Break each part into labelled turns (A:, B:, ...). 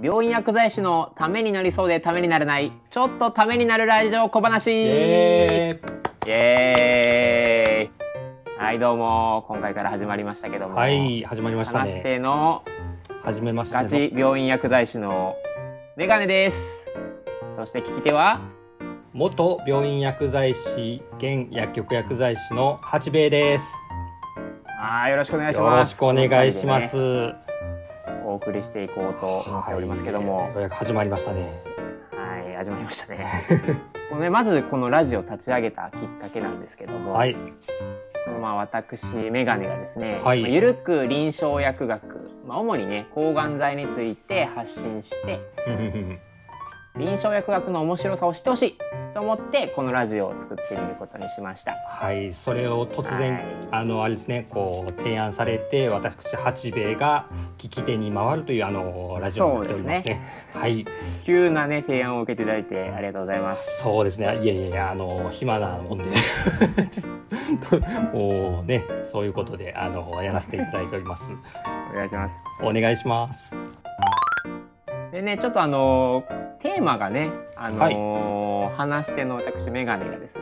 A: 病院薬剤師のためになりそうでためになれないちょっとためになる来場小話イエ
B: えー
A: ーイはいどうも今回から始まりましたけども、
B: はい始まりました
A: 話し
B: ね
A: ての
B: 始めまし
A: ガ
B: た
A: チ
B: ね
A: 病院薬剤師のメガネですそして聞き手は
B: 元病院薬剤師現薬局薬剤師の八兵衛です
A: あーよろしくお願いし
B: よ
A: ま
B: ろ
A: す
B: しくお願いしま
A: というこ
B: す、
A: とでねお送りしていこうと思っておりますけども
B: はいようやく始まりましたね
A: はい、始まりましたね このねまずこのラジオ立ち上げたきっかけなんですけども、
B: はい
A: まあ、私メガネがですね、
B: はい
A: まあゆるく臨床薬学、まあ、主にね抗がん剤について発信して
B: うんうんうん
A: 臨床薬学の面白さを知ってほしいと思ってこのラジオを作ってみることにしました。
B: はいそれを突
A: は
B: 然
A: い
B: あのあれですねこう提案されて私八兵衛が聞き手に回るというあのラジオになっておりますね
A: そうで
B: はい
A: 急なね提案を受けていただいてありがとうございます。
B: そうですねいやいやいやあの暇なもんで もうねそういうことであのやらせていただいております
A: お願いします。
B: お願いします
A: でねちょっとあのテーマがねあの、話し手の私メガネがですね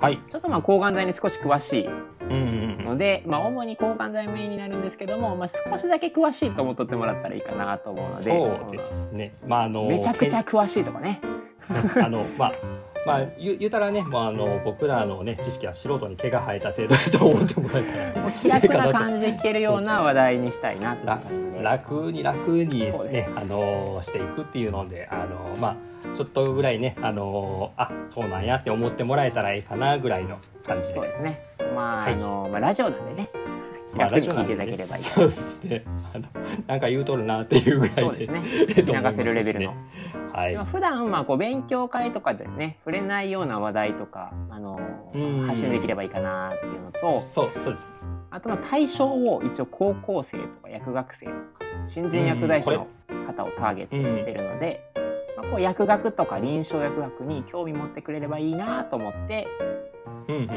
B: はい
A: ちょっとまあ抗がん剤に少し詳しい
B: うんうんう
A: の
B: ん
A: で、まあ、主に抗がん剤メインになるんですけども、まあ、少しだけ詳しいと思っとってもらったらいいかなと思うので
B: そうですねまああの
A: めちゃくちゃ詳しいとかね
B: けんあのまあまあ言う言うたらねもうあの僕らのね知識は素人に毛が生えた程度だと思ってもらえたら
A: 気楽な感じで聞けるような話題にしたいなって 感じで
B: 楽に楽にです
A: そうで
B: ねあのしていくっていうのであのまあちょっとぐらいねあのあそうなんやって思ってもらえたらいいかなぐらいの感じで
A: そう。ですねまあ、
B: はい
A: あのまあラジオなんでね
B: まあ
A: 楽
B: ラ
A: に
B: ジオな
A: 聞
B: ん
A: いて
B: で
A: いただけ
B: ね
A: ればいい、
B: そうですね。あのなんか言うとるなっていうぐら
A: そ
B: いうで
A: ですね
B: え えと
A: 流
B: 思います
A: せるレベルの、
B: はい
A: まあ。普段まあこう勉強会とかでね触れないような話題とかあの
B: うん
A: 発信できればいいかなっていうのと
B: そうそうです。
A: あとまあ対象を一応高校生とか薬学生とか新人薬剤師の方をターゲットにしてるので、まあ、こう薬学とか臨床薬学に興味持ってくれればいいなと思って
B: うんうん。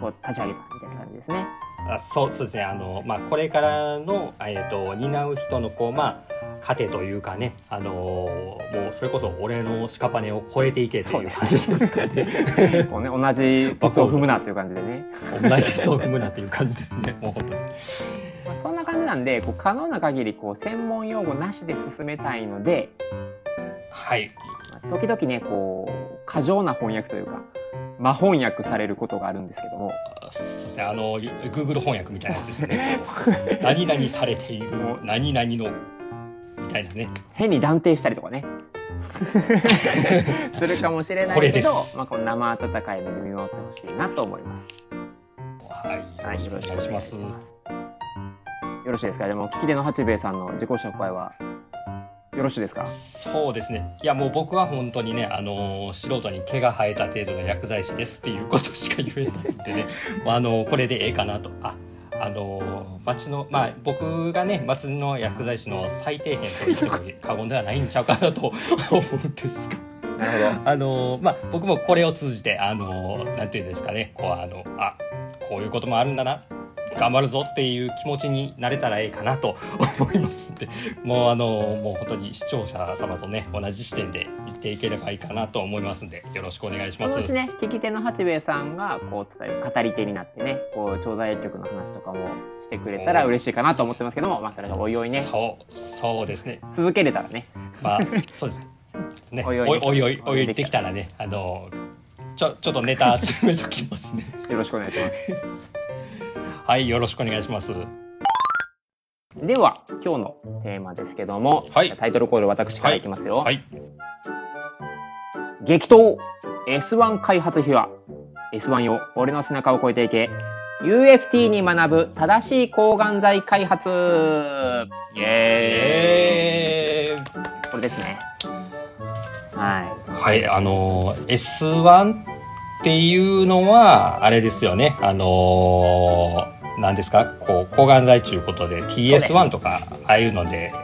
A: こう立ち上げたみたいな感じですね。
B: あそうそうですねあの、まあ、これからの、えー、と担う人のこう、まあ、糧というかね、あのーもうそれこそ俺の屍を超えていけという感じですかね
A: こうね同じ僕を踏むなっていう感じでね、
B: 同じそうを踏むなっていう感じですねもう本当に
A: まあ、そんな感じなんでこう可能な限りこう専門用語なしで進めたいので、
B: はい
A: まあ、時々ねこう過剰な翻訳というか魔翻訳されることがあるんですけども。
B: あそうですねあの Google 翻訳みたいなやつですよ ね何々されている何々のみたいなね
A: 変に断定したりとかねするかもしれない
B: これ
A: け
B: で
A: ど
B: す
A: まあ、この生温かい目で見守ってほしいなと思います。
B: は
A: はいい
B: よろしくお願いします
A: よろしいですかでも聞き手の八兵衛さんの自己紹介はよろしいですか
B: そうですねいやもう僕は本当にね、あのー素人に毛が生えた程度の薬剤師ですっていうことしか言えないんで ね、まああのーこれでええかなとああのー町のまあ僕がね町の薬剤師の最底辺と言っても過言ではないんちゃうかなと思うんですが。
A: なるほ
B: あのーまあ僕もこれを通じてあのーなんていうんですかねこうあのあこういうこともあるんだな頑張るぞっていう気持ちになれたらいいかなと 思いますってもうあのーもう本当に視聴者様とね同じ視点で言っていければいいかなと思いますんでよろしくお願いし
A: ど
B: ま
A: そのうち
B: す。
A: ね聞き手の八兵衛さんがこう例えば語り手になってねこう調剤薬局の話とかもしてくれたら嬉しいかなと思ってますけどもまあそれがおいおいね
B: そうそうですね
A: 続けれたらね
B: まあそうですね
A: お
B: お
A: い
B: い
A: おい
B: おいおいおいできたらねあのーちょちょっとネタ集めときますね
A: よろしくお願いします。
B: はいよろしくお願いします
A: では今日のテーマですけども、
B: はい
A: タイトルコール私からいきますよ。
B: はい
A: 激闘 S1 開発秘話 S1 よ俺の背中を越えていけ UFT に学ぶ正しい抗がん剤開発イエ
B: え
A: ー
B: ー
A: イこれですねはい
B: はい、あのー S1 っていうのは、あれですよね、あのー、なんですか、こう、抗がん剤ということで、TS1 とか、ああいうので、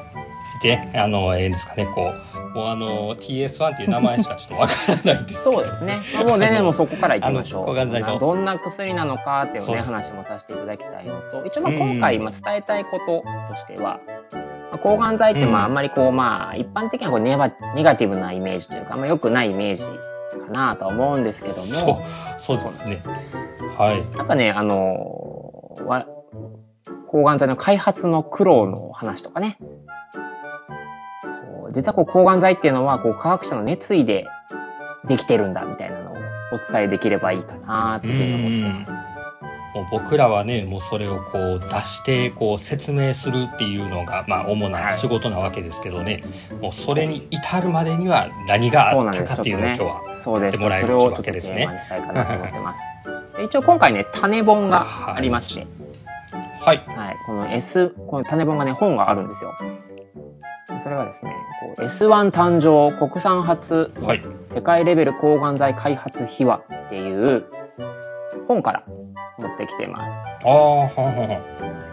B: で、あのー、ええんですかね、こう、もうあのー、TS1 っていう名前しかちょっとわからないんですけど。
A: そうですね、まあもう全然もうそこからいきましょ
B: あ
A: う
B: の抗がん剤の
A: どんな薬なのかっていう
B: そう
A: ね
B: です
A: 話もさせていただきたいのと一応まあ今回まあ伝えたいこととしてはまあ抗がん剤ってま
B: うん
A: ああんまりこう、まあ一般的にはこうネバネガティブなイメージというか、あんま良くないイメージかなとは思うんですけど
B: そう
A: も、
B: そうですねはい
A: なんかね、あのーわ抗がん剤の開発の苦労の話とかね、こう実はこう抗がん剤っていうのはこう科学者の熱意でできてるんだみたいなのをお伝えできればいいかなっていうふうに思ってます。
B: もう僕らはねもうそれをこう出してこう説明するっていうのがまあ主な仕事なわけですけどね、もうそれに至るまでには何があったかっていうのを今日は、
A: そうです。
B: やってもらえる
A: それを
B: わけですね
A: ちょっとテーマにしたいかなと思ってます。で一応今回ね種本がありまして、
B: はい
A: はい、この S この種本がね本があるんですよ。それがですね、こう S1 誕生国産初
B: はい
A: 世界レベル抗がん剤開発秘話っていう本から持ってきてます。
B: ああはんはんはん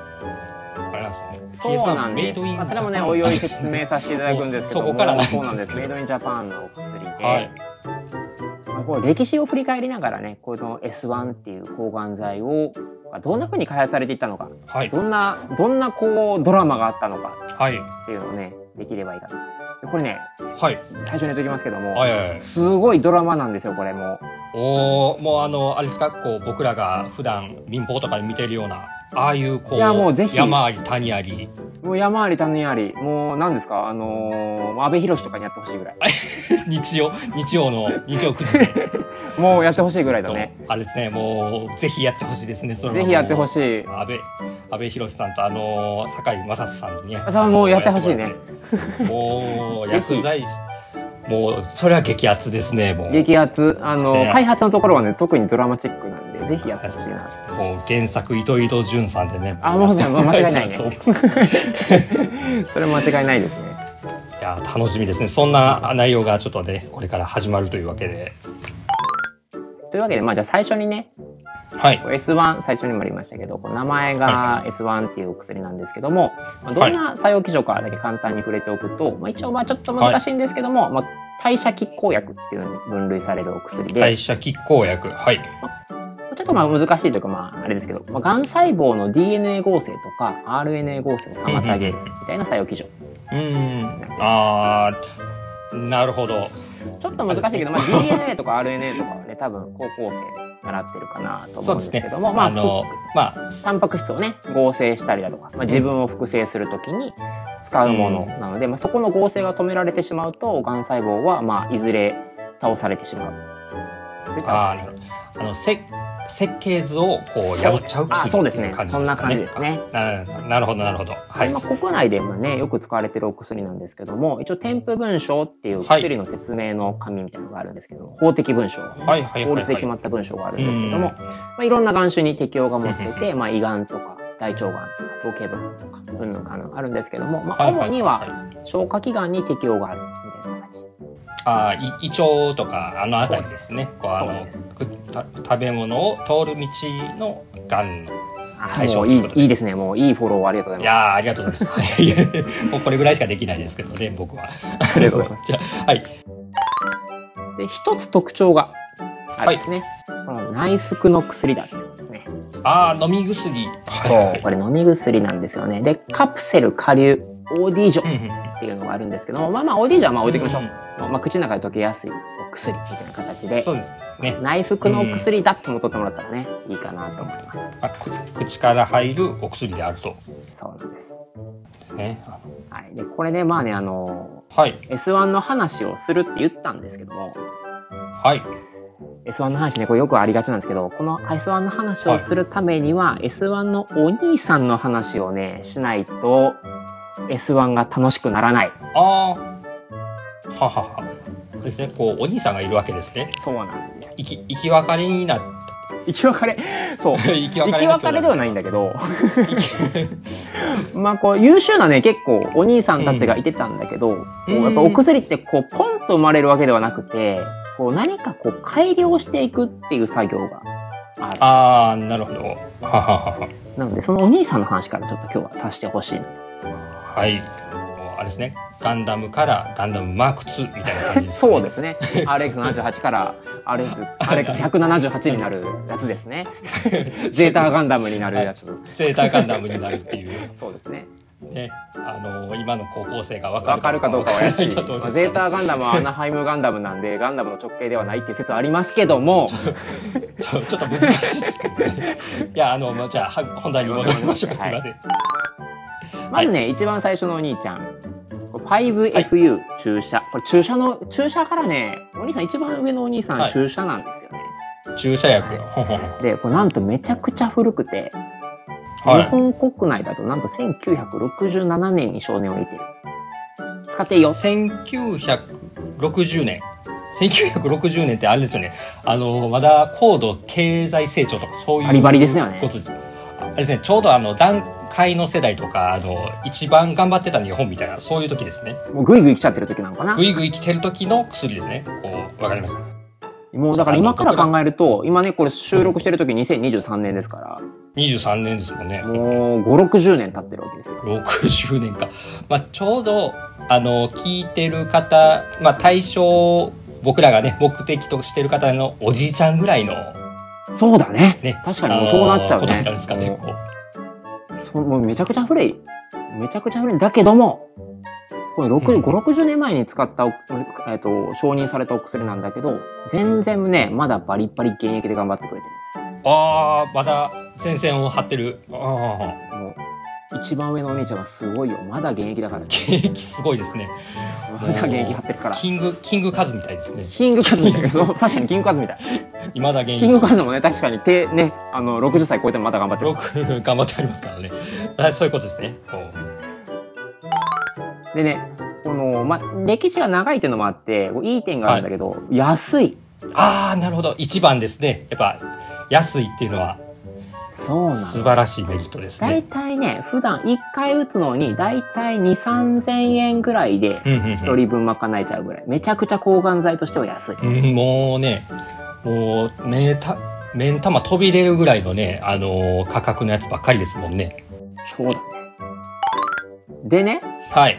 B: あれなんです
A: そう
B: ね
A: なんで
B: TSR メイド
A: す。
B: イン
A: まあ、それも
B: ジ
A: ね
B: ャパン
A: おいおい説明させていただくんですけども、
B: そこからなんですけ
A: そ
B: ど
A: うなんです。メイドインジャパンのお薬で。
B: はい
A: まあこう歴史を振り返りながらねこの S1 っていう抗がん剤をまあどんな風に開発されていったのか
B: はい
A: どんなどんなこうドラマがあったのか
B: はい
A: っていうのをねできればいいかなでこれね
B: はい
A: 最初に言っときますけども、
B: はいはいはい
A: すごいドラマなんですよこれも
B: おーもうあのあれですかこう僕らが普段民放とかで見てるようなああいうこう
A: いやもうぜひ
B: 山あり谷あり
A: もう山あり谷ありもう何ですかあのー、阿部寛とかにやってほしいぐらい
B: 日曜日曜の日曜9時で
A: もうやってほしいぐらいだ
B: と
A: ね
B: あれですねもうぜひやってほしいですねそれはも
A: ぜ
B: う
A: ひやってほしい
B: 安倍安倍博さんとあのー堺雅人さんにね
A: あそうもうやってほしいね
B: もう
A: ぜひ
B: 薬剤師もうそれは激アツですねもう
A: 激アツあの
B: ね
A: 開発のところはね特にドラマチックなんでぜひやってほしいな
B: もう原作糸井戸潤さんでね
A: あもうそうもう間違い ないね
B: と思う
A: それ間違いないですね
B: いや楽しみですねそんな内容がちょっとねこれから始まるというわけで
A: というわけで、まあ、じゃあ最初にね
B: はい
A: こう S1 最初にもありましたけどこう名前が S1 っていうお薬なんですけども、まあどんな作用基準かだけ簡単に触れておくと、まあ、一応まあちょっと難しいんですけども、まあ、代謝拮抗薬っていうのに分類されるお薬で、
B: 代謝拮抗薬はい
A: ちょっとまあ難しいというか、まあ、あれですけど、まあ、がん細胞の DNA 合成とか RNA 合成を妨げるみたいな作用基準
B: うーんあーなるほど
A: ちょっと難しいけど、まあ、DNA とか RNA とかはね多分高校生習ってるかなと思うんですけども、まあ、
B: あのまあ
A: タンパク質をね合成したりだとか、まあ、自分を複製するときに使うものなので、まあ、そこの合成が止められてしまうとがん細胞は、まあ、いずれ倒されてしまう。
B: あーあのせ設計図をこう破っちゃう
A: あ
B: 薬
A: そう
B: っ
A: で
B: て
A: す
B: いう
A: ね
B: 感じ
A: そん
B: です
A: な
B: か
A: 感じ
B: ね
A: ですね。
B: あななるほどなるほどはい
A: まあ、国内でもねよく使われてるお薬なんですけども一応添付文書っていう
B: はい
A: 薬の説明の紙みたいなのがあるんですけども、法的文書、
B: はいはい
A: 法律
B: はい
A: で
B: はい
A: 決まった文書があるん
B: う
A: ですけども、
B: ん
A: まあ、いろんな眼種に適用が持ってて、まあ、胃がんとか大腸がんとか頭頸部とかうんぬんかんぬんあるんですけども、まあ、
B: はいはい
A: 主にはい
B: い
A: 消化器官に適用があるみたいな感じ。
B: あーい胃腸とかあの辺りですねこうあのくた食べ物を通る道のがん
A: あ
B: 対
A: も
B: 象
A: う
B: という
A: い
B: こと
A: いいいですね。もういいフォローありがとうご
B: い
A: ざいま
B: やーありがとうございますいやい やもうこれぐらいしかできないですけどね僕は
A: す。ありがとうございま
B: じゃあはい
A: す。で、一つ特徴があるんですね。この内服の薬だっていうことですね。
B: あー飲み薬はいは
A: そう、
B: い
A: これ飲み薬なんですよね。で、カプセル、下流、オーディージ
B: うん
A: ョ
B: う
A: っ
B: んうん
A: ていうのがあるんですけども、まあまあ、オーディージョはまあ置いときましょう。
B: ん
A: まあ、口の中で溶けやすいお薬みたいな形で
B: そ、うですね
A: 内服のお薬だっても取ってもらったらね、いいかなと思います。
B: まあく口から入るお薬であると
A: そうなんです。
B: ねあ
A: はい、でこれでまあねあの
B: のはい
A: S1 の話をするって言ったんですけども
B: はい。
A: S1 の話ねこれよくありがちなんですけどこの S1 の話をするためには、S1 のお兄さんの話をねしないと S1 が楽しくならない
B: ああー。ははは。ですね。こうお兄さんがいるわけですね。
A: そうなんです
B: 生き生き別れになっ
A: 生き別れそう
B: 生き
A: 生
B: 別
A: き
B: れの兄弟
A: 別れではないんだけど
B: 生き
A: まあこう優秀なね結構お兄さんたちがいてたんだけど、こうやっぱお薬ってこうポンと生まれるわけではなくてこう何かこう改良していくっていう作業がある
B: ああなるほど。ははは
A: なのでそのお兄さんの話からちょっと今日はさせてほしいなと
B: は。はい。もうあれですね。ガンダムからガンダムマーク2みたいな感じですかね。
A: そうですね RX78 から RX178 になるやつ ですねゼータガンダムになるやつ
B: ゼータガンダムになるっていう。
A: そうですね
B: ね、あの今の高校生が分か
A: わ
B: る
A: かるかどうかは怪しい。
B: 分かんな
A: ま
B: と思
A: あ
B: うん
A: ゼ
B: です
A: ー
B: が
A: タガンダムはアナハイムガンダムなんで、ガンダムの直径ではないっていう説はありますけども、
B: ちょちょっと難しいですけどね。いやあのまあじゃあは本題に戻りましょう。す
A: はいい
B: ません。
A: まずね、一番最初のお兄ちゃん。5FU、注射。これ注射の、注射からね、お兄さん、一番上のお兄さん、
B: はい
A: 注射なんですよね。
B: 注射薬よ。ほんほんほん
A: で、これなんとめちゃくちゃ古くて、
B: は
A: 日
B: い。
A: 本国内だとなんと1967年に少年をいてる。使っていいよ。
B: 1960年。1960年ってあれですよね。あのまだ高度経済成長とかそういう
A: バリバリですよね
B: ことです。あれですね。ちょうどあの段階の世代とかあの一番頑張ってた日本みたいなそういう時ですね。
A: もうグイグイ来ちゃってる時なのかな
B: ぐ。いぐい来てる時の薬ですね。こうわかりました。
A: もうだから今から考えると、今ね、これ収録してる時2023年ですか
B: 23年ですもんね
A: ら、。もう5、60年経ってるわけですよ。
B: 60年か、まあ、ちょうどあの聞いてる方、まあ、対象僕らがね目的としてる方のおじいちゃんぐらいの、
A: そうだね。
B: ね、
A: 確かにもうそうなっちゃうね
B: あのことになるんですかねこう
A: そもうめちゃくちゃ古い。めちゃくちゃ古い。だけども、これ
B: う
A: 6
B: ん
A: 5、60年前に使ったお、えっと、承認されたお薬なんだけど、全然ね、まだバリッバリ現役で頑張ってくれて
B: ああまだ前線を張ってる
A: る。
B: あ
A: もう、一番上のお兄ちゃんはすごいよ。まだ現役だから。
B: 景気すごいですね
A: まだ現役張ってるから。
B: キングキングカズみたいですね
A: キングカズみたいな。そう 確かにキングカズみたい。
B: いまだ現
A: キング
B: 役
A: カズもね、確かに手、ね、あの、60歳超えてもまだ頑張ってる
B: よ。く頑張ってありますからねあそういうことですねこう
A: でね、この、ま、歴史が長いっていうのもあって、こういい点があるんだけど、安い。
B: ああなるほど一番ですねやっぱ安いっていうのは
A: そうなん
B: 素晴らしいメリットです
A: 大
B: ね。
A: 体ね、普段1回打つのに、大体2、3000円ぐらいで、
B: うんうんうん
A: 1人分賄えちゃうぐらい。めちゃくちゃ抗がん剤としては安い。
B: うんもうねもう目た目ん玉飛び出るぐらいのね、あのー価格のやつばっかりですもんね
A: そうだね。でね、
B: はい、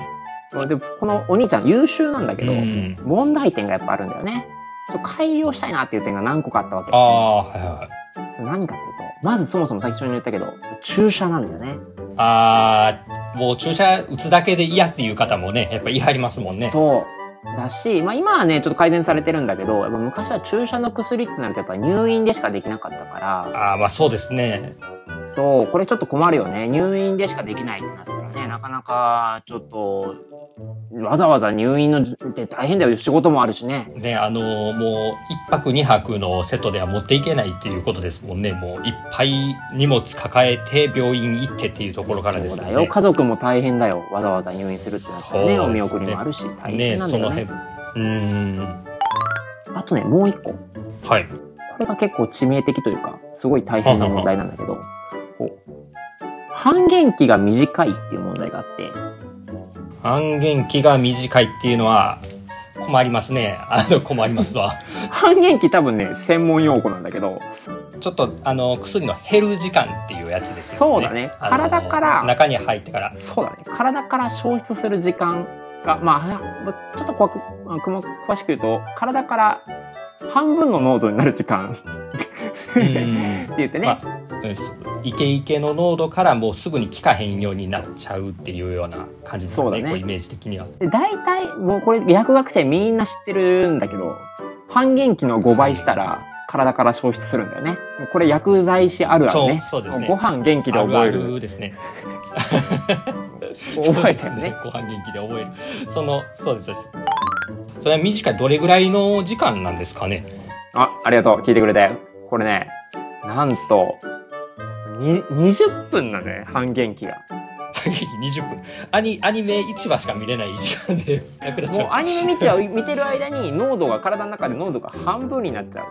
A: でこのお兄ちゃん優秀なんだけ
B: う
A: ど、
B: ん、
A: 問題点がやっぱあるんだよね。ちょっと改良したいなっていう点が何個かあったわけ
B: あ。あはいはいはい
A: それ何かっていうと、まずそもそも最初に言ったけど、注射なんだよね。
B: あーもう注射打つだけで嫌っていう方もねやっぱ言い張りますもんね
A: そうだし、まあ、今はねちょっと改善されてるんだけどやっぱ昔は注射の薬ってなるとやっぱ入院でしかできなかったか
B: ああまあそうですね
A: らそうこれちょっと困るよね入院でしかできないってなったらねなかなかちょっとわざわざ入院のって大変だよ仕事もあるしね
B: ねあのーもう1泊2泊のセットでは持っていけないっていうことですもんねもういっぱい荷物抱えて病院行ってっていうところからで
A: そう
B: すもん
A: だ
B: ね
A: よ家族も大変だよわざわざ入院するってなったらね
B: そうですね
A: お見送りもあるし大
B: ね
A: 変なんだ
B: そ
A: よ
B: の
A: ね
B: 辺うん
A: あとねもう一個こ
B: はい
A: れが結構致命的というかすごい大変な問題なんだけどこう半減期が短いっていう問題があって
B: 半減期が短いっていうのは困りますね。あの困りま すわ。
A: 半減期多分ね専門用語なんだけど
B: ちょっとあの薬の減る時間っていうやつです
A: そ
B: よね。
A: うだね
B: あの
A: 体から
B: 中に入って から。
A: そうだね体から消失する時間がまあちょっと詳くくも詳しく言うと体から半分の濃度になる時間
B: う
A: って
B: ん。
A: 言ってね、
B: まあうんイケイケの濃度からもうすぐに効かへんようになっちゃうっていうような感じです
A: そ
B: か
A: うだ
B: ね。
A: ね
B: こうイメージ的には。
A: で大体もうこれ薬学生みんな知ってるんだけど半減期の5倍したら体から消失するんだよねもうこれ薬剤師あるあるね
B: そうそうですね
A: もご飯元気で覚える
B: あるあるですね。
A: 覚えたよ
B: そうです
A: ね
B: ご飯元気で覚える。そのそうですそうです。それは短いどれぐらいの時間なんですかね。
A: あ、ありがとう。聞いてくれて。これね、なんと、に20分なんだね、半減期が。
B: 20分アニアニメ1話しか見れない時間 でなくなっち
A: もう
B: ゃ
A: アニメ見ちゃう、見てる間に濃度が、体の中で濃度が半分になっちゃ
B: う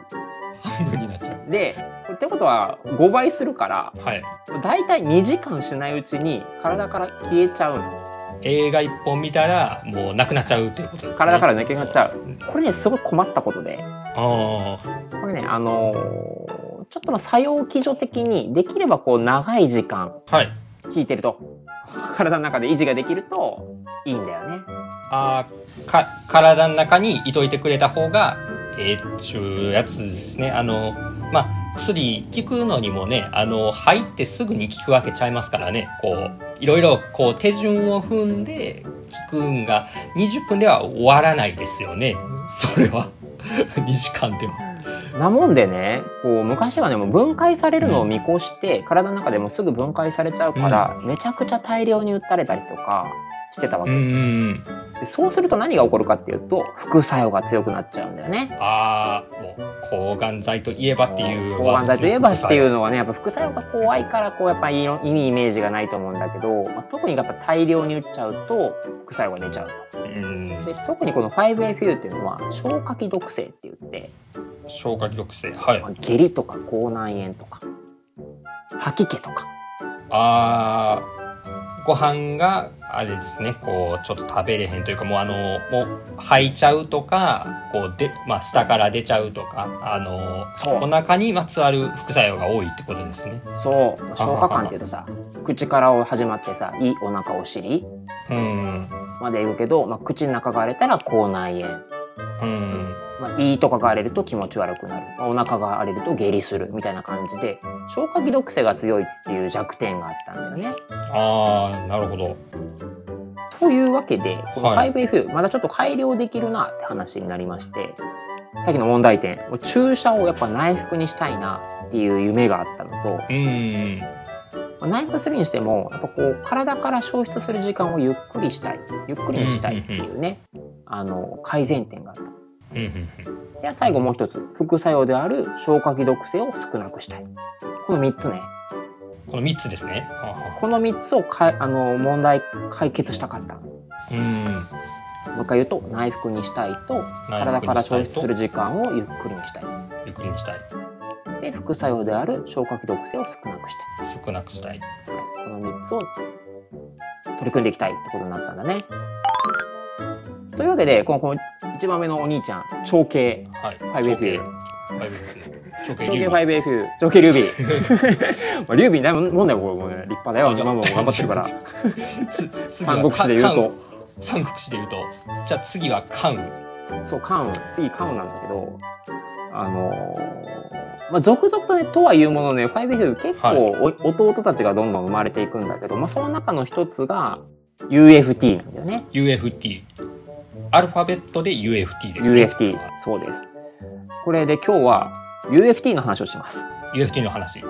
B: 半分になっちゃう
A: う。で、ってことは5倍するから、
B: はい
A: だいたい2時間しないうちに体から消えちゃうの。
B: 映画1本見たらもうなくなっちゃうっていうことです、ね、
A: 体から抜けなくなっちゃう
B: うん
A: これね、すごい困ったことで、
B: あー
A: これね、あのーちょっとまあ作用基準的にできればこう長い時間
B: はい
A: 効いてると体の中で維持ができるといいんだよね。
B: あーか体の中にいといてくれた方がええっちゅうやつですねあのまあ薬効くのにもねあの入ってすぐに効くわけちゃいますからねこういろいろこう手順を踏んで聞くんが20分では終わらないですよねそれは 2時間でも。
A: なもんでねこう昔はねもう分解されるのを見越して、体の中でもすぐ分解されちゃうから、めちゃくちゃ大量に打たれたりとかしてたわ
B: う
A: け、
B: んうんうん、
A: でそうすると何が起こるかっていうと副作用が強くなっちゃうんだよね。
B: ああもう抗がん剤といえばっていう
A: 抗がん剤といえばっていう
B: う
A: のはねやっぱ副作用が怖いからこうやっぱりいろいいイメージがないと思うんだけど、まあ、特にやっぱ大量に打っちゃうと副作用が出ちゃうと。
B: うん
A: で特にこの 5A フィルっていうのは消化器毒性って言って、
B: 消化器毒性はい
A: まあ下痢とか口内炎とか吐き気とか
B: あーご飯があれですねこうちょっと食べれへんというかもうあのもう吐いちゃうとかこうで、まあ、下から出ちゃうとかあの
A: そう
B: お腹にまつわる副作用が多いってことですね。
A: そう消化管っていうとさ口からを始まってさ胃お腹お尻
B: うん
A: まで行くけど、まあ、口の中が荒れたら口内炎、
B: うん
A: まあ、胃とかが荒れると気持ち悪くなる、まあ、お腹が荒れると下痢するみたいな感じで消化器毒性が強いっていう弱点があったんだよね。
B: ああなるほど。
A: というわけでこの
B: はい
A: 5F、まだちょっと改良できるなって話になりましてさっきの問題点もう注射をやっぱ内服にしたいなっていう夢があったのと
B: うん
A: まあ内服するにしてもやっぱこう体から消失する時間をゆっくりしたいゆっくりにしたいっていうね、あの改善点があった
B: うんうん
A: では最後もう一つ副作用である消化器毒性を少なくしたいこの3つね
B: この3つですね。はあは
A: この3つをかいあの問題解決したかったも
B: あうん
A: う一回言うと内服にしたいと体から消失する時間をゆっくりにしたい
B: ゆっくりにしたい
A: で副作用である消化器毒性を少なくした
B: 少なくしたい。
A: いこの3つを取り組んでいきたいってことになったんだねというわけでこのこの1番目のお兄ちゃん長径
B: はい。
A: 5F
B: ファイブ F。
A: 長
B: 長径
A: 径
B: 流
A: 5AF 長径ルビー まあルビーないもんだよこれもうね立派だよ
B: あじゃあ
A: 今も頑張ってる から
B: つ次は
A: 三国志で言うと
B: 三国志で言うとじゃあ次は関羽
A: そう関羽次関羽なんだけどあのーまあ、続々とねとはいうものね 5F 結
B: はい
A: 構お、弟たちがどんどん生まれていくんだけど、まあ、その中の一つが UFT なんだよね
B: UFT アルファベットで UFT ですね
A: UFT そうですこれで今日は UFT の話をします
B: UFT の話お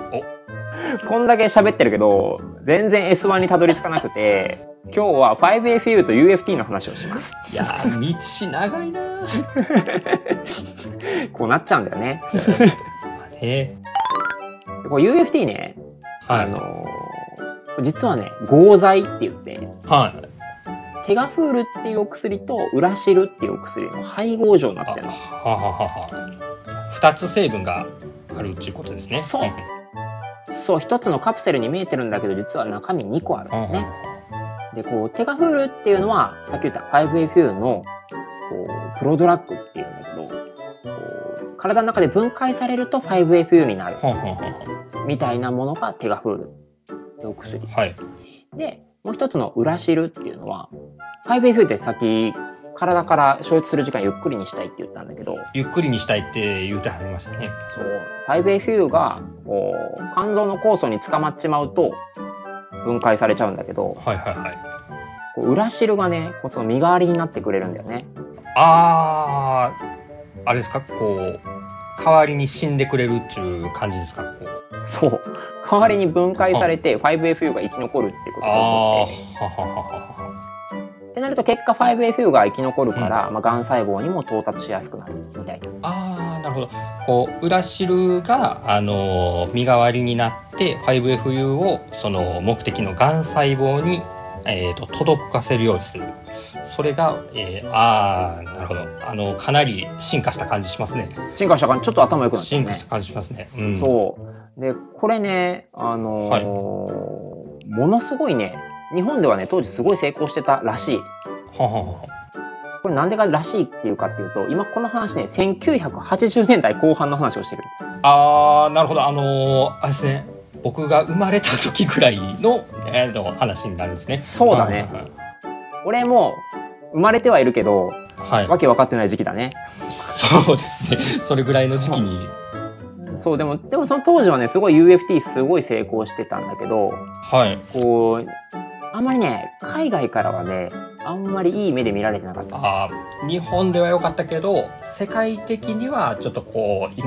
A: こんだけ喋ってるけど全然 S1 にたどり着かなくて今日は 5AFU と UFT の話をします
B: いやー道長いなー
A: こうなっちゃうんだよね
B: まあね
A: でこう UFT ね、
B: は
A: あ
B: い
A: のー実はね合剤って言って
B: はい
A: テガフールっていうお薬とウラシルっていうお薬の配合状にな
B: あは
A: ってるの
B: ははは二つ成分があるっていうことですね
A: そうそう一つのカプセルに見えてるんだけど実は中身2個あるんだよねでこうテガフールっていうのはさっき言った 5AFU のこうプロドラッグっていうんだけどこう体の中で分解されると 5AFU になる
B: ははは
A: みたいなものがテガフールってお薬
B: はい
A: でもう一つのウラシルっていうのは 5AFU ってさっき体から消失する時間ゆっくりにしたいって言ったんだけど
B: ゆっくりにしたいって言うてはりましたね
A: そう 5AFU がこう肝臓の酵素に捕まっちまうと分解されちゃうんだけど
B: はいはいはい
A: こうウラシルがねこうその身代わりになってくれるんだよね
B: あーあれですかこう代わりに死んでくれるっちゅう感じですかこう
A: そう代わりに分解されて 5AFU が生き残るっていうこと
B: あ
A: が起
B: あは
A: こって
B: ははは
A: ってなると結果 5AFU が生き残るから、まあ、がん細胞にも到達しやすくなるみたいな
B: あーなるほどこう裏汁が、あのー身代わりになって 5FU をその目的のがん細胞に、えー、と届かせるようにするそれが、えーああなるほどあのかなり進化した感じしますね
A: 進化した感じちょっと頭良くなっちゃう
B: 進化
A: ね
B: した感じしますね、うん、
A: そうでこれねあのー
B: はい
A: ものすごいね日本ではね当時すごい成功してたらしい
B: ははは
A: これなんでからしいっていうかっていうと今この話ね1980年代後半の話をしてる
B: あーなるほどあのーあれですね僕が生まれた時ぐらいの,、えー、の話になるんですね
A: そうだね俺も生まれてはいるけど
B: はい、は
A: わけ分かってない時期だね
B: い、そうですねそれぐらいの時期に
A: そうでもでもその当時はねすごい UFT すごい成功してたんだけど
B: はい
A: こうあんまりね海外からはねあんまりいい目で見られてなかった
B: あー日本では良かったけど世界的にはちょっとこうい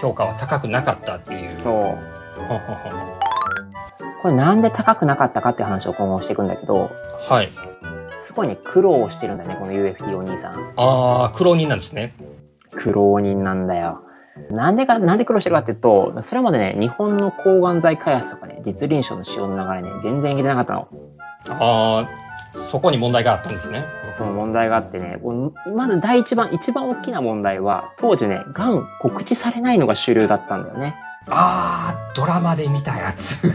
B: 評価は高くなかったっていう
A: そう
B: ほんほんほん
A: これなんで高くなかったかって話を今後していくんだけど
B: はい
A: すごいね苦労をしてるんだねこの UFT お兄さん
B: ああ苦労人なんですね
A: 苦労人なんだよなんでかなんで苦労してるかっていうとそれまでね日本の抗がん剤開発とかね実臨床の使用の流れね全然いけてなかったの
B: ああそこに問題があったんですね
A: その問題があってねこうまず第一番一番大きな問題は当時ねがん告知されないのが主流だったんだよね
B: ああドラマで見たやつ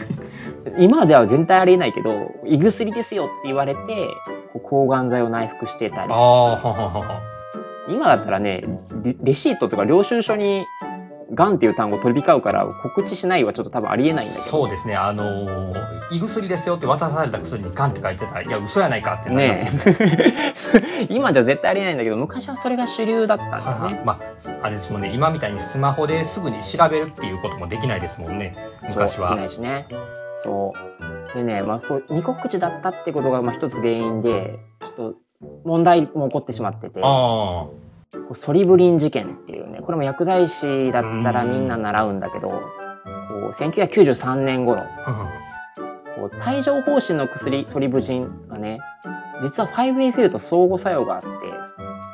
A: 今では全体ありえないけど胃薬ですよって言われてこう抗がん剤を内服してたり
B: ああははは
A: 今だったらねレレシートとか領収書にがんっていう単語飛び交うから告知しないはちょっと多分ありえないんだけど
B: そうですねあのー胃薬ですよって渡された薬にガンって書いてたらいや嘘やないかってなりますよ
A: ねえ 今じゃ絶対ありえないんだけど昔はそれが主流だったんだよ
B: はい
A: ね
B: はい、まああれですもんね今みたいにスマホですぐに調べるっていうこともできないですもんね昔
A: そう
B: は
A: できないしねそうでね、まあ、こう二国口だったってことがまあ一つ原因でちょっと問題も起こってしまっててこ
B: あ
A: うソリブリン事件っていうねこれも薬剤師だったら
B: うん
A: みんな習うんだけどこう1993年頃
B: あ
A: こう帯状疱疹の薬ソリブジンがね実は 5FU と相互作用があって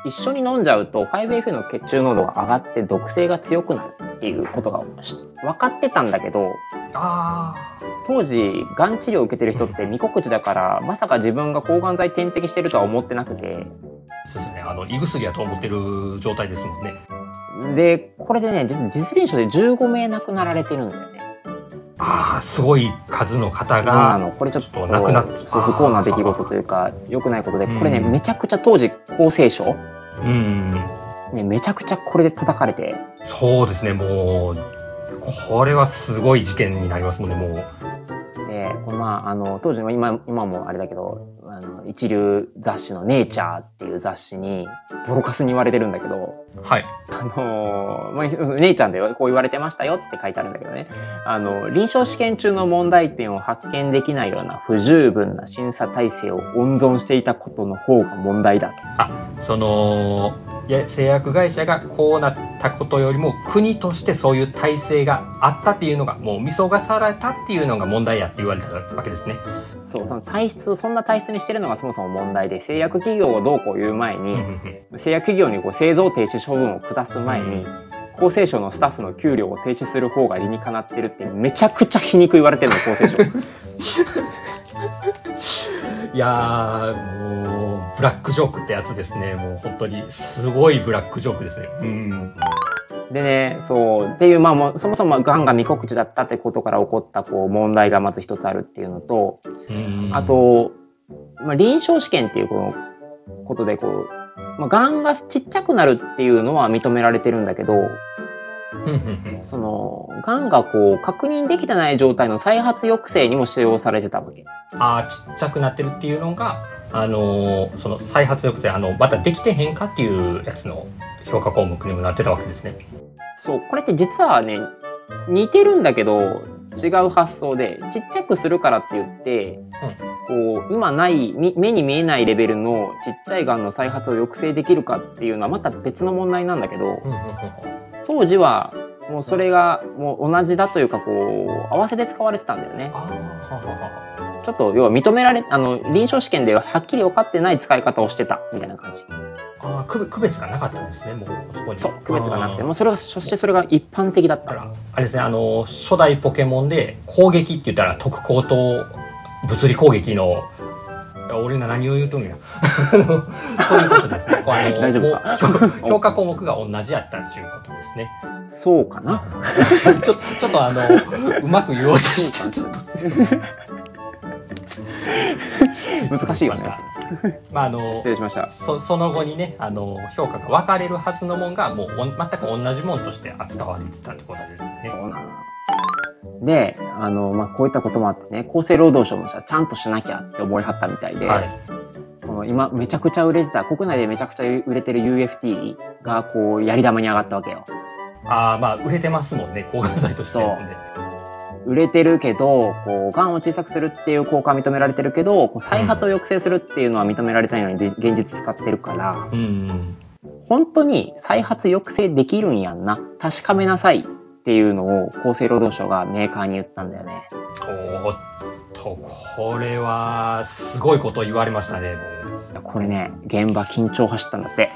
A: 一緒に飲んじゃうと 5FU の血中濃度が上がって毒性が強くなるっていうことがし分かってたんだけど
B: あー
A: 当時がん治療を受けてる人って未告知だからまさか自分が抗がん剤点滴してるとは思ってなくて
B: そうですねあの胃薬やと思ってる状態ですもんね
A: でこれでね実実臨床で15名亡くなられてるんだよね。
B: ああすごい数の方
A: あ
B: が
A: のこれちょっ
B: ちょ
A: と
B: っとなくなっ
A: そう不幸な出来事というか良くないことでこれね
B: うん
A: めちゃくちゃ当時厚生省
B: うん
A: ね、めちゃくちゃこれで叩かれて
B: そうですねもうこれはすごい事件になりますもんねもう
A: でこうまああの当時の今今もあれだけどあの一流雑誌の「ネイチャー」っていう雑誌にボロカスに言われてるんだけど
B: はい
A: あの、まあ、ネイチャーでこう言われてましたよって書いてあるんだけどねあの臨床試験中の問題点を発見できないような不十分な審査体制を温存していたことの方が問題だ
B: そのいや製薬会社がこうなったことよりも国としてそういう体制があったっていうのがもう見過がされたっていうのが問題やって言われたわけですね。
A: そうその体質をそんな体質にしてるのがそもそも問題で製薬企業をどうこう言う前に、製薬企業にこう製造停止処分を下す前に、厚生省のスタッフの給料を停止する方が理にかなってるってめちゃくちゃ皮肉言われてるの厚生省
B: いやーもうブラックジョークってやつですねもう本当にすごいブラックジョークですね。うん
A: でねそうっていうまあもうそもそもがんが未告知だったってことから起こったこう問題がまず一つあるっていうのと
B: うん
A: あと、まあ、臨床試験っていうこのことでこう、まあ、がんがちっちゃくなるっていうのは認められてるんだけど
B: うんうんうん
A: そのがんがこう確認できてない状態の再発抑制にも使用されてたわけ。
B: あーちっちゃくなってるっていうのが、あのーその再発抑制あのまたできてへんかっていうやつの評価項目にもなってたわけですね。
A: そうこれって実はね似てるんだけど違う発想でちっちゃくするからって言って、こう今ないみ目に見えないレベルのちっちゃいがんの再発を抑制できるかっていうのはまた別の問題なんだけど
B: うんうんうん
A: 当時はもうそれがもう同じだというかこう合わせて使われてたんだよね
B: あーははは
A: ちょっと要は認められあの臨床試験でははっきり分かってない使い方をしてたみたいな感じ
B: ああ区区別がなかったんですねもうそこに
A: そう区別がなくて
B: あー
A: もうそれはそしてそれが一般的だっ
B: あ
A: た
B: らあれですねあの初代ポケモンで攻撃って言ったら特攻と物理攻撃のいや俺今何を言うとんや そういうことですねこうあの
A: 大丈夫か
B: もう評評価項目が同じやったっていうことですね
A: そうかな
B: ちょちょっとあのうまく言おうとしてちょっと
A: 難しいよね
B: まああの
A: 失礼しました
B: そその後にねあの評価が分かれるはずのもんがもうおん全く同じもんとして扱われてたってことですね。
A: そうなのであの、まあ、こういったこともあってね厚生労働省もさちゃんとしなきゃって思いはったみたいで、
B: はい、
A: この今めちゃくちゃ売れてた国内でめちゃくちゃ売れてる UFT がこうやり玉に上がったわけよ。
B: ああまあ売れてますもんね抗がん剤とし
A: そ
B: て
A: う
B: ね
A: 売れてるけどこうがんを小さくするっていう効果は認められてるけどこう再発を抑制するっていうのは認められてないのにじ現実使ってるから
B: うん
A: 本当に再発抑制できるんやんな確かめなさいっていうのを厚生労働省がメーカーに言ったんだよね。
B: おーっとこれはすごいこと言われましたねもう
A: いやこれね現場緊張走ったんだって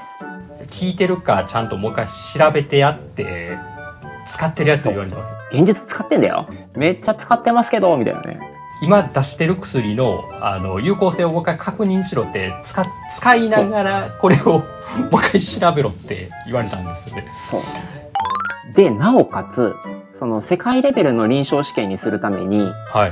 B: 聞いてるかちゃんともう一回調べてやって使ってるやつ言われた
A: 現実使ってんだよめっちゃ使ってますけどみたいなね
B: 今出してる薬のあの有効性をもう一回確認しろって使使いながらこれを もう一回調べろって言われたんですよね。
A: そうでなおかつその世界レベルの臨床試験にするために
B: はい、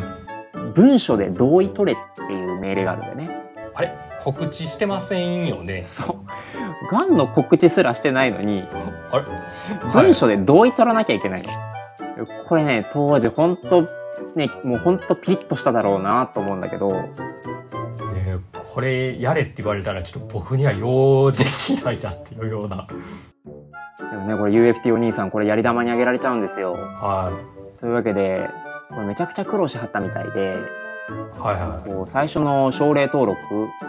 A: 文書で同意取れっていう命令があるんだよね
B: あれ告知してませんよね。
A: そうがんの告知すらしてないのに
B: あれ、はい
A: 文書で同意取らなきゃいけないの、これね当時ほんとねもうほんとピリッとしただろうなと思うんだけど
B: えーこれやれって言われたらちょっと僕にはようできないなっていうような。
A: でもねこれ UFT お兄さんこれやり玉にあげられちゃうんですよ
B: は
A: というわけでこれめちゃくちゃ苦労しはったみたいで
B: いはいは
A: こう最初の症例登録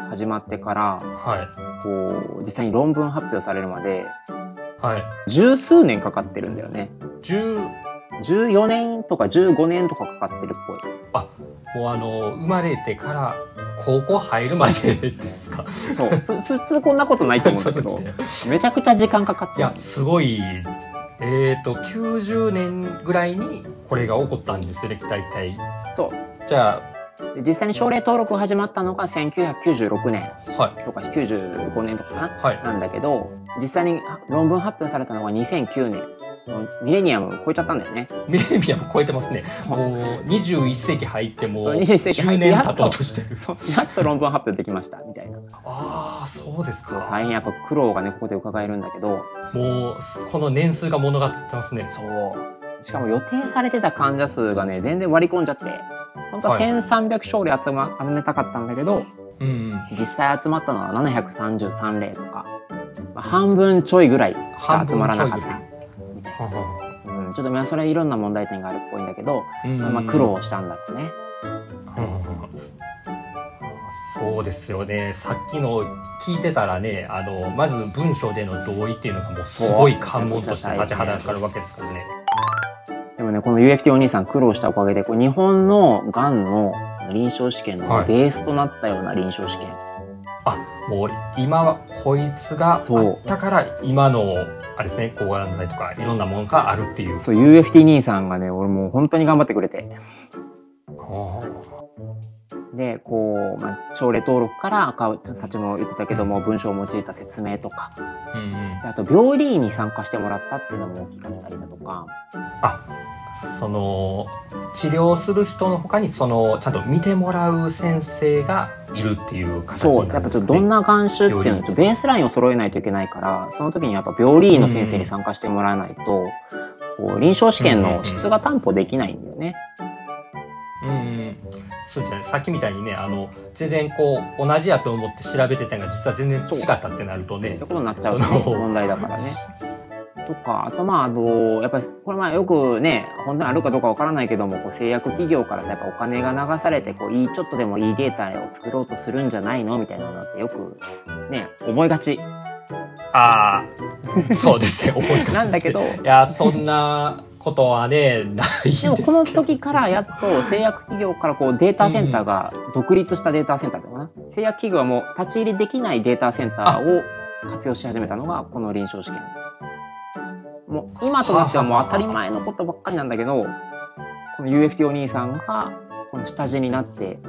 A: 始まってから
B: いはい
A: こう実際に論文発表されるまで
B: はい。
A: 十数年かかってるんだよね
B: 十
A: 14年とか15年とかかかってるっぽい
B: もうあの生まれてから高校入るまでですか。
A: そうふ普通こんなことないと思うんだけ
B: そ
A: ど
B: うですね
A: めちゃくちゃ時間かかっ
B: い
A: てる
B: やすごいえっ、と90年ぐらいにこれが起こったんですよね大体
A: そう
B: じゃ
A: で実際に症例登録始まったのが1996年
B: あは
A: とか95年とかか
B: いは
A: な
B: い
A: なんだけど実際に論文発表されたのが2009年ミレニアムを超えちゃったんだよね
B: ミレニアム超えてますねもう21世紀入ってもう
A: 21世紀入っ
B: 10
A: て
B: 年
A: やっと
B: 経とうとしてる
A: そうやっと論文発表できましたみたいな
B: ああそうですか
A: 大変やっぱ苦労がねここで伺えるんだけど
B: もうこの年数が物語ってますね
A: そうしかも予定されてた患者数がね全然割り込んじゃって本当は
B: はい
A: 1300症例集,、ま、集めたかったんだけど
B: うんうん
A: 実際集まったのは733例とか、まあ、半分ちょいぐらいしか集まらなかっ
B: 半
A: た。みたい
B: はんは
A: なうん、ちょっとまあそれはいろんな問題点があるっぽいんだけど、
B: んうん
A: まあ、まあ苦労したんだろうね。
B: うんうんうんそうですよねさっきの聞いてたらねあのまず文章での同意っていうのがもうすごい関門として立ちはだかるわけですからね。
A: でもねこの UFT お兄さん苦労したおかげでこう日本のがんの臨床試験の
B: はい
A: ベースとなったような臨床試験、
B: あもう今はこいつが
A: そう
B: あったから今のあれですね抗がん剤とかいろんなものがあるっていう。
A: そう UFT 兄さんがね俺もう本当に頑張ってくれてでこう、まあ、症例登録から赤さっきも言ってたけども文章を用いた説明とか
B: うんうん
A: であと病理医に参加してもらったっていうのも大きかったりだとか
B: その治療する人の他にそのちゃんと見てもらう先生がいるっていう形
A: そう
B: に
A: や
B: な
A: っぱちょ
B: るんです
A: っ
B: ね。
A: とどんな眼臭っていうの
B: 病理
A: とベースラインを揃えないといけないからその時にやっぱ病理医の先生に参加してもらわないと、こう臨床試験の質が担保できないんだよね。
B: うんうん、そうですねさっきみたいにねあの全然こう同じやと思って調べてたのが実は全然違ったってなるとね
A: ってことになっちゃうとね
B: そう
A: 問題だからね。とかあとまああのやっぱりこれまあよくね本当にあるかどうかわからないけどもこう製薬企業からやっぱお金が流されてこういいちょっとでもいいデータを作ろうとするんじゃないのみたいなのってよくね思いがち
B: ああそうですね思いがちですね
A: なんだけど
B: いやそんなことはねないで
A: で
B: すけ
A: も
B: ど
A: この時からやっと製薬企業からこうデータセンターが独立したデータセンターだよな製薬企業はもう立ち入りできないデータセンターを活用し始めたのがこの臨床試験もう今となってはもう当たり前のことばっかりなんだけどこの UFT お兄さんがこの下地になって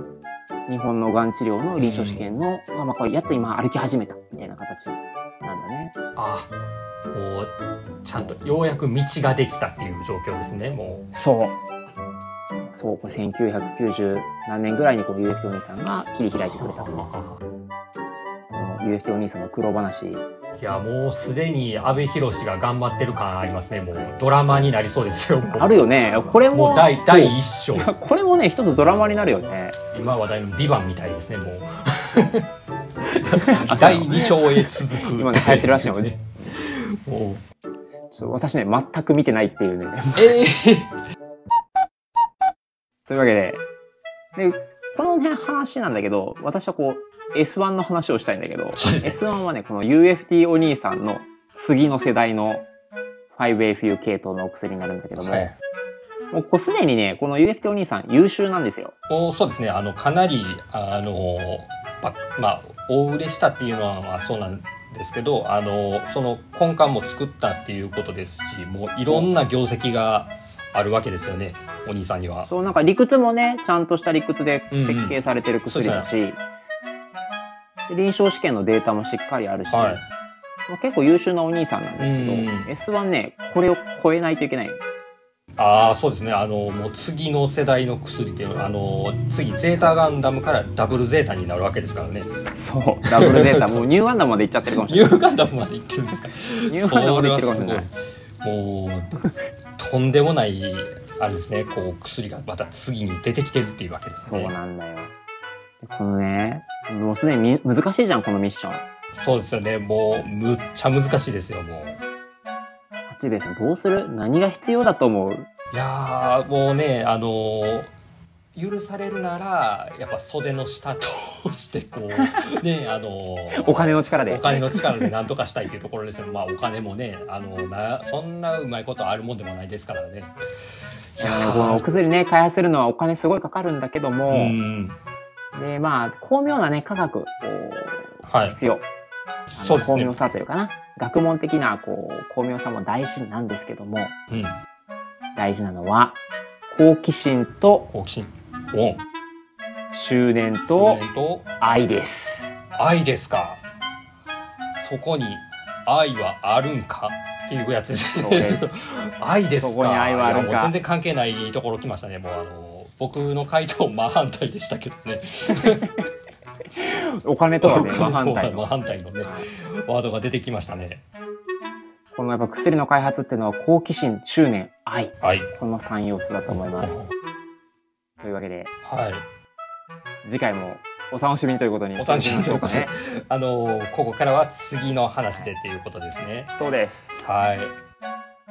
A: 日本のがん治療の臨床試験の、まあまあこれやっと今歩き始めたみたいな形なんだね。
B: あもうちゃんとようやく道ができたっていう状況ですねも
A: そう。そう、これ1990何年ぐらいにこう UFT お兄さんが切り開いてくれたこの
B: う
A: UFT お兄さんの苦労話。
B: いやもうすでに阿部寛が頑張ってる感ありますねもうドラマになりそうですよも う
A: あるよね。これも。
B: もう第第一章
A: そうこれもね、一つドラマになるよ ね。
B: 今話題の「ビバンみたいですねもう
A: あそう
B: 第2章へ続く
A: 今ね流行ってるらしいよね
B: もう
A: ちょっと私ね、全く見てないっていうね。
B: ええ
A: というわけで、で、このね、話なんだけど、私はこう、S1 の話をしたいんだけど、
B: そうですね
A: S1 はね、この UFT お兄さんの次の世代の 5FU 系統のお薬になるんだけども、
B: はい、
A: もうこうすでにね、この UFT お兄さん優秀なんですよ。
B: おそうですねあのかなりあのばまあ大売れしたっていうのはまあそうなんですけどあのその根幹も作ったっていうことですしもういろんな業績があるわけですよねお兄さんには。
A: そうなんか理屈もねちゃんとした理屈で設計されてる薬だし、で臨床試験のデータもしっかりあるし、
B: はい
A: もう結構優秀なお兄さんなんですけど、
B: うんうん
A: S1 ねこれを超えないといけない
B: ああそうですねあのもう次の世代の薬っていうのはあの次ゼータガンダムからダブルゼータになるわけですからね
A: そうダブル データもうニューアンダーまでいっちゃってるかもし
B: ニ
A: れ
B: ュ
A: ない
B: ーガンダムまで行ってるん ですか
A: ニューアンダーまでいってるかもしれない
B: それはすごいもうとんでもないあれですねこう薬がまた次に出てきてるっていうわけです
A: そう
B: ね
A: なんだよでこのねもうすでにみ難しいじゃんこのミッション
B: そうですよねもうむっちゃ難しいですよもう
A: 八兵衛さんどうする何が必要だと思う
B: いやーもうねあのー許されるならやっぱ袖の下通してこうねあのー
A: お金の力で
B: お金の力で何とかしたいというところですよ。まあお金もね、あのなそんなうまいことあるもんでもないですからね。い
A: いやねこのお薬ね開発するのはお金すごいかかるんだけど
B: う
A: も、
B: ん、
A: でまあ巧妙なね科学こう
B: はい、
A: 必要あの
B: そうです
A: 巧
B: ね
A: 妙。さというかな学問的なこう巧妙さも大事なんですけども
B: うん、
A: 大事なのは好奇心と
B: 好奇心。お、
A: 執念
B: と
A: と、
B: と
A: 愛です
B: 愛ですか。そこに愛はあるんかっていうやつです
A: そう
B: ね
A: です。
B: 愛ですか。
A: そこに愛はあるんか
B: いやもう全然関係ないところ来ましたね。もうあの僕の回答真反対でしたけどね。
A: お金とは ね真反対
B: 真
A: の、
B: 反対のね
A: はい
B: ワードが出てきましたね。
A: このやっぱ薬の開発っていうのは好奇心執念愛
B: はい。
A: この3要素だと思いますというわけで
B: はい。
A: 次回もお楽しみにということに
B: お楽しみにということで
A: していきましょう
B: あのここからは次の話でということですね。
A: かねそうです
B: はい。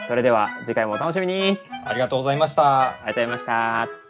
A: それでは次回もお楽しみに
B: ありがとうございました。
A: ありがとうございました